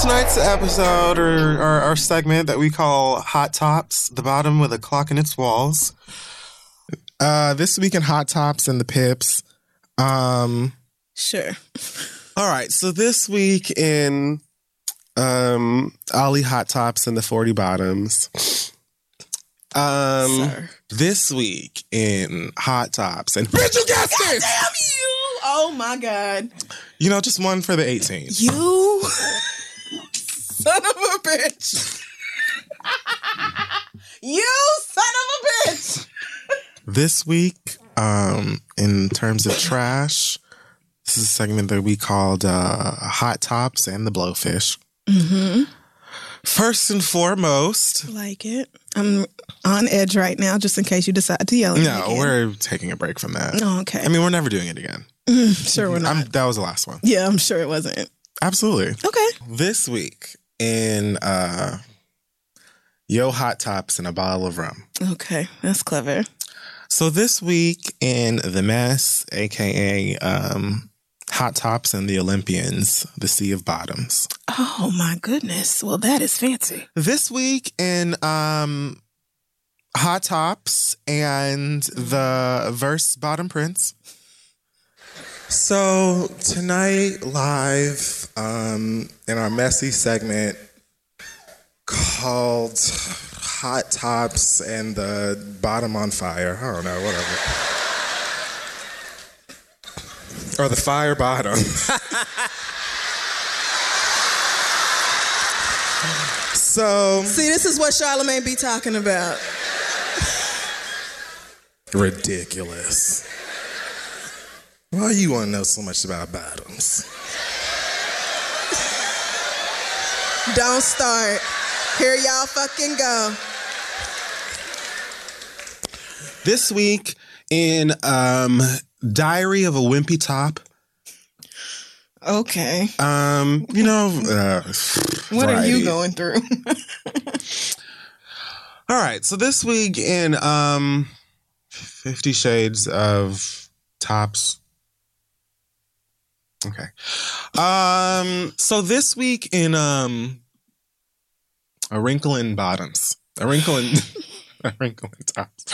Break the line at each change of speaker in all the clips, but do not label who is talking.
Tonight's episode or, or our segment that we call Hot Tops, the bottom with a clock in its walls. Uh, this week in Hot Tops and the Pips. Um,
Sure.
all right, so this week in um, Ollie Hot Tops and the 40 Bottoms. Um,
Sir.
This week in Hot Tops and Bitch, you guessed it!
Damn you! Oh my god.
You know, just one for the 18.
You son of a bitch. you son of a bitch.
This week, um, in terms of trash, this is a segment that we called uh, Hot Tops and the Blowfish.
Mm-hmm.
First and foremost,
Like it. I'm on edge right now, just in case you decide to yell at
no,
me. again.
we're taking a break from that.
Oh, okay.
I mean, we're never doing it again.
sure we're not.
I'm, that was the last one.
yeah, I'm sure it wasn't.
Absolutely.
Okay.
This week in uh, Yo Hot Tops and a bottle of rum.
Okay. That's clever.
So this week in the mess, aka um, hot tops and the Olympians, the sea of bottoms.
Oh my goodness. Well, that is fancy.
This week in um, hot tops and the verse bottom prince. So tonight live um, in our messy segment called "Hot Tops and the Bottom on Fire." I don't know, whatever. Or the fire bottom. so
See, this is what Charlemagne be talking about.
Ridiculous. Why you want to know so much about bottoms?
Don't start. Here y'all fucking go.
This week in um, Diary of a Wimpy Top,
Okay.
um, you know, uh,
What are
variety.
you going through?
All right, so this week in um, Fifty Shades of Tops. Okay. Um, so this week in um, a wrinkle in bottoms, a wrinkle in a wrinkle in tops,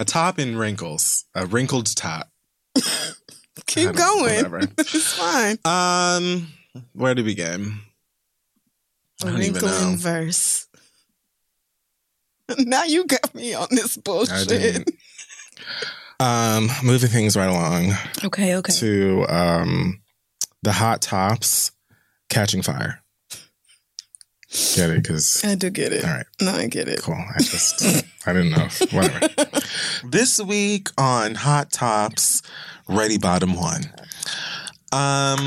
a top in wrinkles, a wrinkled top.
Keep
I don't-
going.
whatever.
it's fine.
Um, where to begin? I don't even
Wrinkle
know.
in verse. Now you got me on this
I
bullshit.
didn't. Um, moving things right along.
Okay, okay.
to um, the hot tops catching fire. Get it? Because
I do get it.
all right,
No, I get it.
cool. I just I didn't know. Whatever. this week on Hot Tops, Ready Bottom One. Um.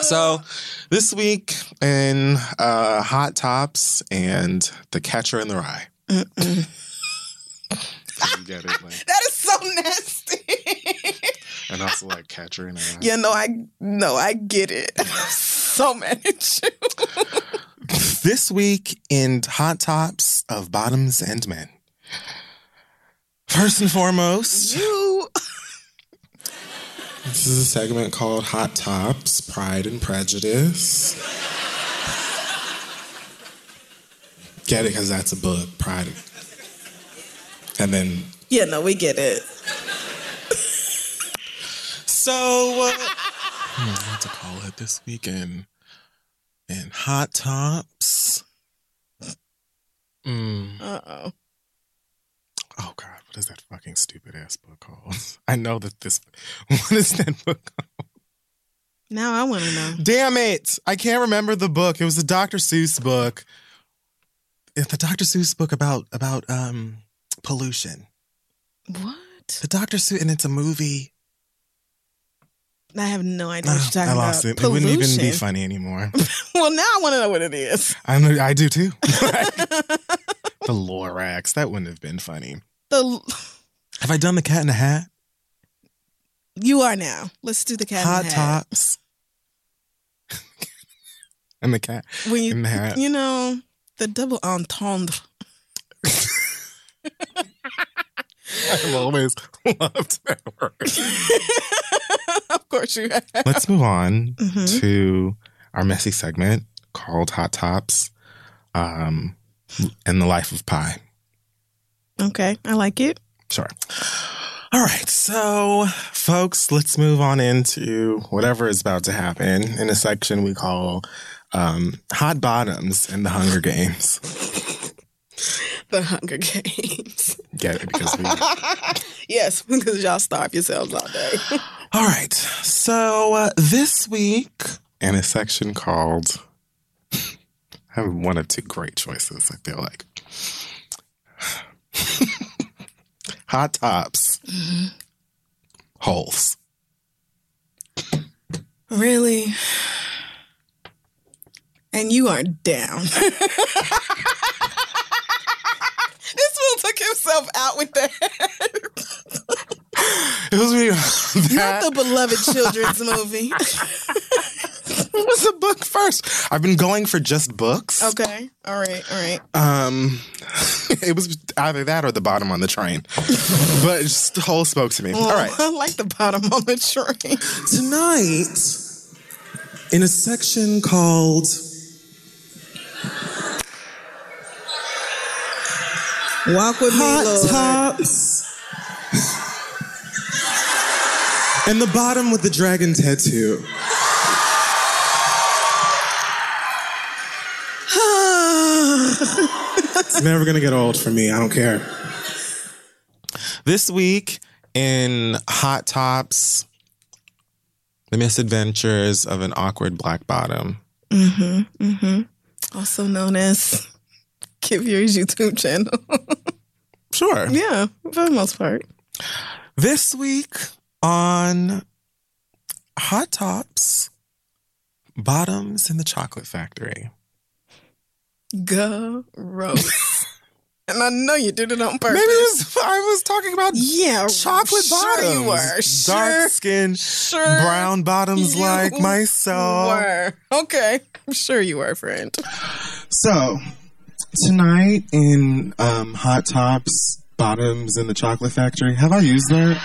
So this week in uh, Hot Tops and the Catcher in the Rye. You get it, like,
That is so nasty.
and also like Catcher in the Rye.
yeah, no, I no, I get it. I'm so mad at you.
This week in Hot Tops of Bottoms and Men. First and foremost,
You.
this is a segment called Hot Tops Pride and Prejudice. Get it? Because that's a book, Pride. And then
Yeah, no, we get it.
So, uh, hmm, what to call it this weekend? And hot tops. Mm.
Uh oh.
Oh God, what is that fucking stupid ass book called? I know that this. What is that book? called?
Now I want to know.
Damn it! I can't remember the book. It was the Dr. Seuss book. It's the Dr. Seuss book about about um pollution.
What?
The Dr. Seuss, and it's a movie.
I have no idea what you're talking
Ah, I lost
about.
it. It wouldn't even be
Pollution.
funny anymore.
Well, now I want to know what it is.
I'm, I do too. the Lorax. That wouldn't have been funny.
The
Have I done the cat in a hat?
you are now. Let's do the cat. in
Hot
the hat.
tops. and the cat
When you
in the hat.
you know the double entendre.
I've always loved that word.
of course you have.
Let's move on
Mhm.
to our messy segment called Hot Tops um, and the Life of Pie.
Okay, I like it.
Sure. All right. So, folks, let's move on into whatever is about to happen in a section we call um, Hot Bottoms in the Hunger Games.
The Hunger Games.
Get it? Because we.
yes, because y'all starve yourselves all day.
All right. So, uh, this week, in a section called. I have one of two great choices, I feel like. Hot Tops. Holes.
really? And you are down. this fool took himself out with that.
It was me.
Not the beloved children's movie.
It was a book first. I've been going for just books.
Okay. All right. All right.
Um, it was either that or the bottom on the train, but just the whole spoke to me. All right.
I like the bottom on the train.
Tonight, in a section called
Walk with me, Lord.
Tops, and the bottom with the dragon tattoo. It's never gonna get old for me. I don't care. This week in Hot Tops, The Misadventures of an Awkward Black Bottom. Mm-hmm,
also known as Give Yours YouTube channel.
Sure.
yeah, for the most part.
This week on Hot Tops, Bottoms in the Chocolate Factory.
Gross. and I know you did it on purpose.
Maybe it was, I was talking about
yeah,
chocolate
sure
bottoms.
You were sure,
Dark skin,
sure
brown bottoms
you
like myself.
Were. Okay, I'm sure you were, friend.
So tonight in um, Hot Tops, Bottoms in the Chocolate Factory, have I used that?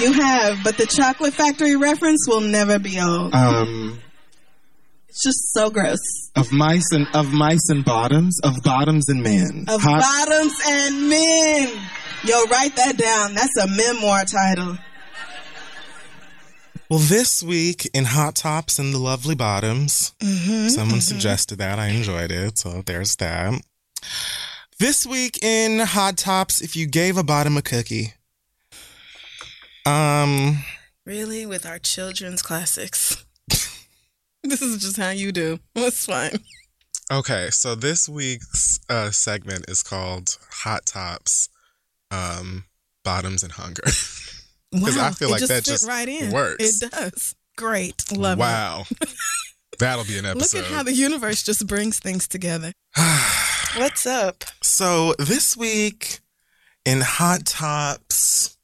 You have, but the chocolate factory reference will never be old.
Um,
It's just so gross.
of mice and of mice and bottoms, of bottoms and men.
Of
Hot-
bottoms and men. Yo, write that down. That's a memoir title.
Well, this week in Hot Tops and the Lovely Bottoms,
Mm-hmm.
someone suggested that. I enjoyed it. So there's that. This week in Hot Tops, if you gave a bottom a cookie. Um,
Really, with our children's classics. this is just how you do. It's fine.
okay, so this week's uh, segment is called Hot Tops, um, Bottoms and Hunger. Because I feel
it
like
just
that
fit
just
right in.
works.
It does. Great. Love it.
wow. That'll be an
Look
episode.
at how the universe just brings things together. What's up?
So this week in Hot Tops,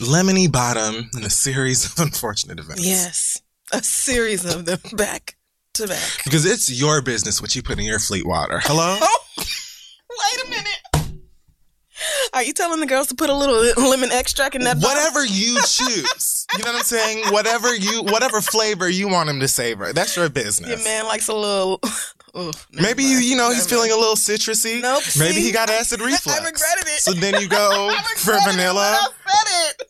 Lemony Bottom in a series of unfortunate events.
Yes. A series of them back to back.
Because it's your business what you put in your fleet water. Hello?
Oh, Wait a minute. Are you telling the girls to put a little lemon extract in that? bottle?
whatever you choose. You know what I'm saying? Whatever you, whatever flavor you want him to savor. That's your business.
Your man likes a little. Ugh, never
Maybe you,
mind.
you know, he's
Never
feeling a little citrusy.
Nope,
Maybe
see?
he got acid reflux.
regretted it.
So then you go
mind.
for
I regretted it
vanilla.
when I said it.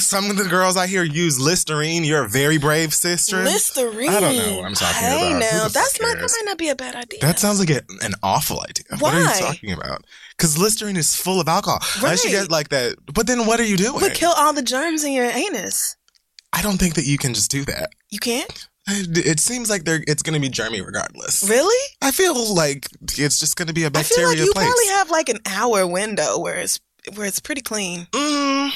Some of the girls out here use Listerine. You're a very brave sister.
Listerine.
I don't know what I'm talking
hey,
about. Who
now
the fuck
that's not that
cares?
might not be a bad idea.
That sounds like a, an awful idea. What are
Why?
you talking about? Because Listerine is full of alcohol. Unless you
Right.
get like that. But then what are you doing?
would kill all the germs in your anus.
I don't think that you can just do that.
You can't
It it seems like they're, it's going to be germy regardless.
really.
I feel like it's just going to be a
I feel
bacteria
like you
place.
probably have like an hour window where it's where it's pretty clean.
Mm,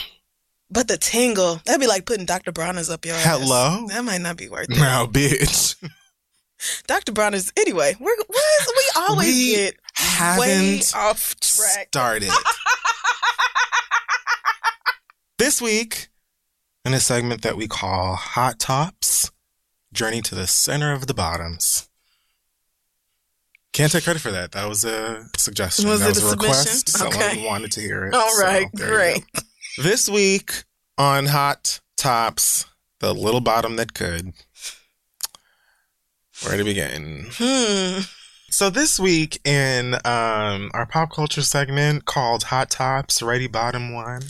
But the tingle, that'd be like putting Dr. Bronner's up your ass.
Hello?
That might not be worth it.
now, bitch.
Dr. Bronner's, anyway, we're, what is, we always
We
get way
haven't
off track.
started. this week, in a segment that we call Hot Tops Journey to the Center of the Bottoms. Can't take credit for that. That was a suggestion.
Was
that
it
was
a
a, request.
submission?
Someone
Okay.
wanted to hear it.
All
so
right,
Oh, there you
great.
go. This week on Hot Tops, the little bottom that could. Where to begin?
Hmm.
So this week in um, our pop culture segment called Hot Tops, Ready Bottom One.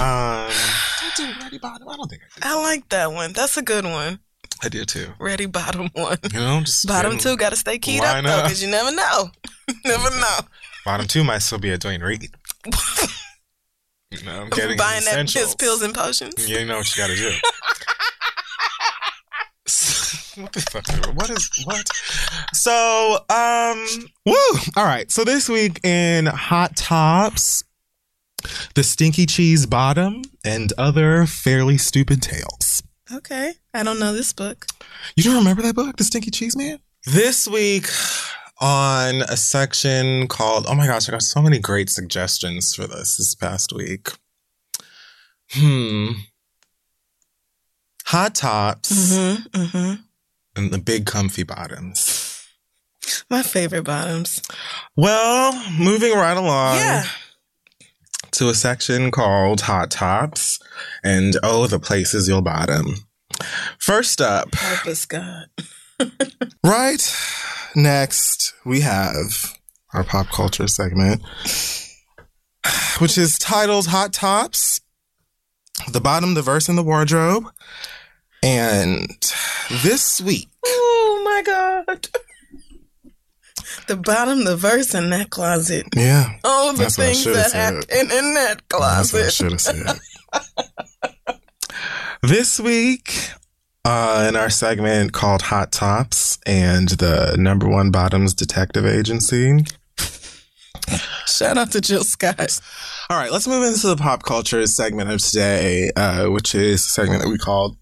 Um, did I do Ready Bottom? I don't think I did.
I like that one. That's a good one.
I did too.
Ready, bottom one.
You know, just
Bottom
getting-
two, gotta stay keyed
Why
up, though,
not?
because you never know. never know.
Bottom two might still be a Dwayne Reed. You know, I'm getting his
Buying that
essentials.
piss, pills, and potions.
You know what you gotta do. what the fuck? What is what? So, um, woo! All right. So this week in Hot Tops, the Stinky Cheese Bottom and other fairly stupid tales.
Okay. I don't know this book.
You don't remember that book, The Stinky Cheese Man? This week on a section called Oh my gosh, I got so many great suggestions for this this past week. Hmm. Hot tops
Mm-hmm. Mm-hmm.
and the big comfy bottoms.
My favorite bottoms.
Well, moving right along
yeah.
to a section called Hot Tops and Oh, the places you'll bottom. First up,
Help us, God.
Right. Next, we have our pop culture segment, which is titled Hot Tops, The Bottom, the Verse, and the Wardrobe. And this week,
Oh my God. The bottom, the verse in that closet.
yeah,
All the
That's what I
things
should've
that
said.
happened in that closet.
should have said. this week, uh, in our segment called Hot Tops and the number one bottoms detective agency,
Shout out to Jill Scott.
All right, let's move into the pop culture segment of today, uh, which is a segment that we called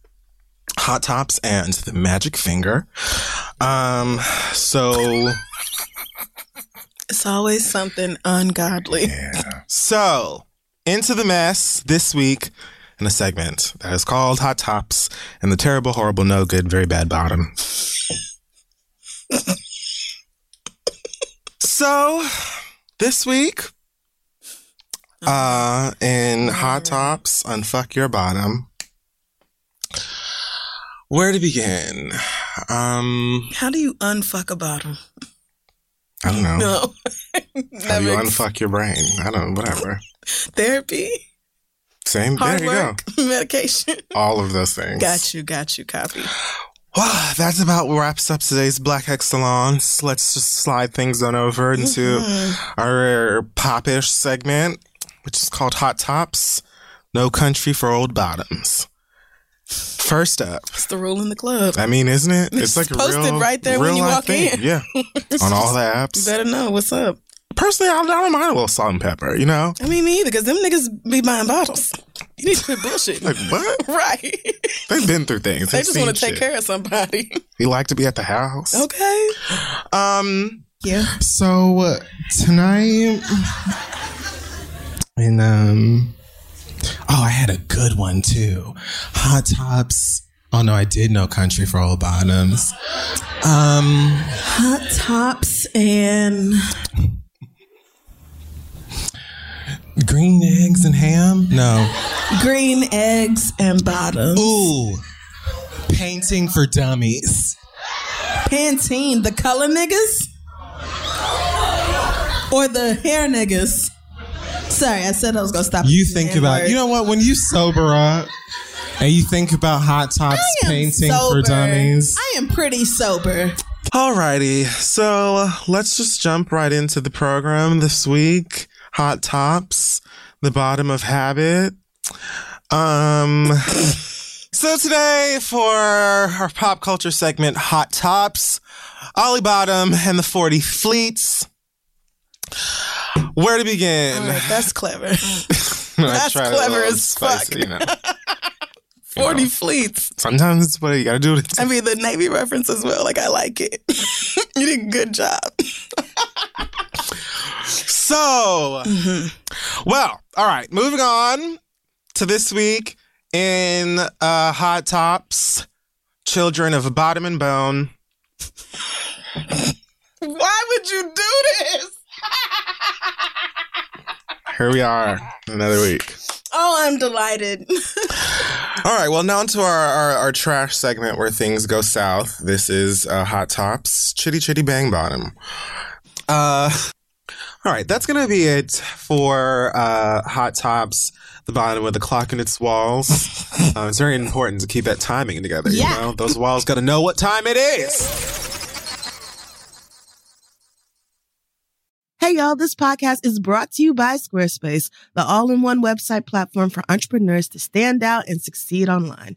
Hot Tops and the Magic Finger. Um, so,
It's always something ungodly.
so into the mess this week in a segment that is called Hot Tops and the terrible, horrible, no good, very bad bottom. so, this week, uh, in
Mm-hmm.
Hot Tops, Unfuck Your Bottom. Where to begin? Um,
How do you unfuck a bottom?
I don't know.
No.
How do you
Never.
unfuck your brain? I don't know, whatever.
Therapy,
Same,
hard
there you
work, medication.
go. All of those things.
Got you, got you, copy.
Well, that's about wraps up today's Black Excellence. Let's just slide things on over into
Mm-hmm.
our popish segment, which is called Hot Tops No Country for Old Bottoms. First up,
It's the rule in the club.
I mean, isn't it?
It's posted right there when you
life
walk in.
Yeah, on all the apps.
Better know what's up.
Personally, I, I don't mind a little salt and pepper, you know?
I mean, me either, because them niggas be buying bottles. You need to quit bullshitting.
Like, what?
right.
They've been through things.
they
They've
just
seen
want to take
shit.
care of somebody.
You like to be at the house.
okay.
Um,
Yeah.
So uh, tonight, and um, oh, I had a good one too. Hot tops Oh no, I did know Country for Old Bottoms. Um,
Hot tops and
green eggs and ham? No.
green eggs and bottoms.
Ooh, painting for dummies.
Pantene, the color niggas? Or the hair niggas? Sorry, I said I was gonna stop.
You
using
think
that
about,
word.
you know what? When you sober up and you think about hot tops
I am
painting
sober.
for dummies.
I am pretty sober.
Alrighty, so let's just jump right into the program this week. Hot tops, the bottom of habit. Um, so today for our pop culture segment, hot tops, Ollie Bottom and the Forty Fleets. Where to begin?
All right, that's clever.
I
that's
tried a
clever
little
as fuck.
spicy, you know.
Forty fleets.
Sometimes it's what you gotta do. to-
I mean, the Navy reference as well. Like, I like it. you did a good job.
So, well, all right, moving on to this week in uh, Hot Tops Children of Bottom and Bone.
Why would you do this?
Here we are, another week.
Oh, I'm delighted.
All right, well, now to our, our, our trash segment where things go south. This is uh, Hot Tops Chitty Chitty Bang Bottom. Uh, all right, that's going to be it for uh, Hot Tops, the bottom with the clock in its walls. uh, it's very important to keep that timing together.
Yeah.
You know? Those walls got to know what time it is.
Hey y'all, this podcast is brought to you by Squarespace, the all-in-one website platform for entrepreneurs to stand out and succeed online.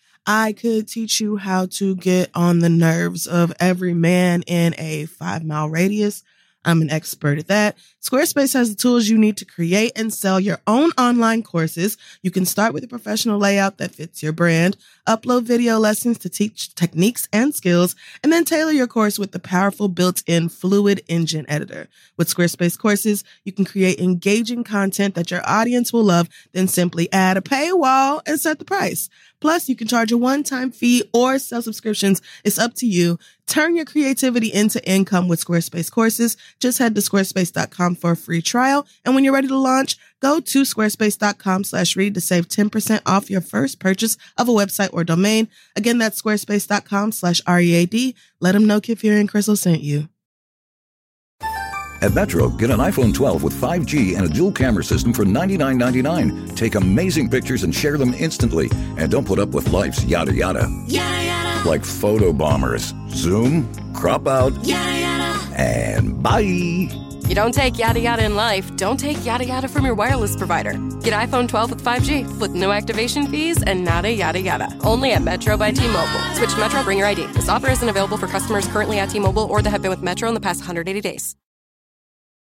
I could teach you how to get on the nerves of every man in a five mile radius. I'm an expert at that. Squarespace has the tools you need to create and sell your own online courses. You can start with a professional layout that fits your brand, upload video lessons to teach techniques and skills, and then tailor your course with the powerful built-in Fluid Engine editor. With Squarespace courses, you can create engaging content that your audience will love, then simply add a paywall and set the price. Plus, you can charge a one-time fee or sell subscriptions. It's up to you. Turn your creativity into income with Squarespace courses. Just head to squarespace.com for a free trial, and when you're ready to launch, go to squarespace.com/read to save 10% off your first purchase of a website or domain. Again, that's squarespace.com slash READ. Let them know Kifir and Crystal sent you.
At Metro, get an iPhone 12 with 5G and a dual camera system for $99.99. Take amazing pictures and share them instantly. And don't put up with life's yada yada. Yada yada. Like photo bombers. Zoom, crop out. Yada yada. And bye.
You don't take yada yada in life, don't take yada yada from your wireless provider. Get iPhone 12 with 5G with no activation fees and nada yada yada. Only at Metro by T Mobile. Switch to Metro, bring your ID. This offer isn't available for customers currently at T Mobile or that have been with Metro in the past 180 days.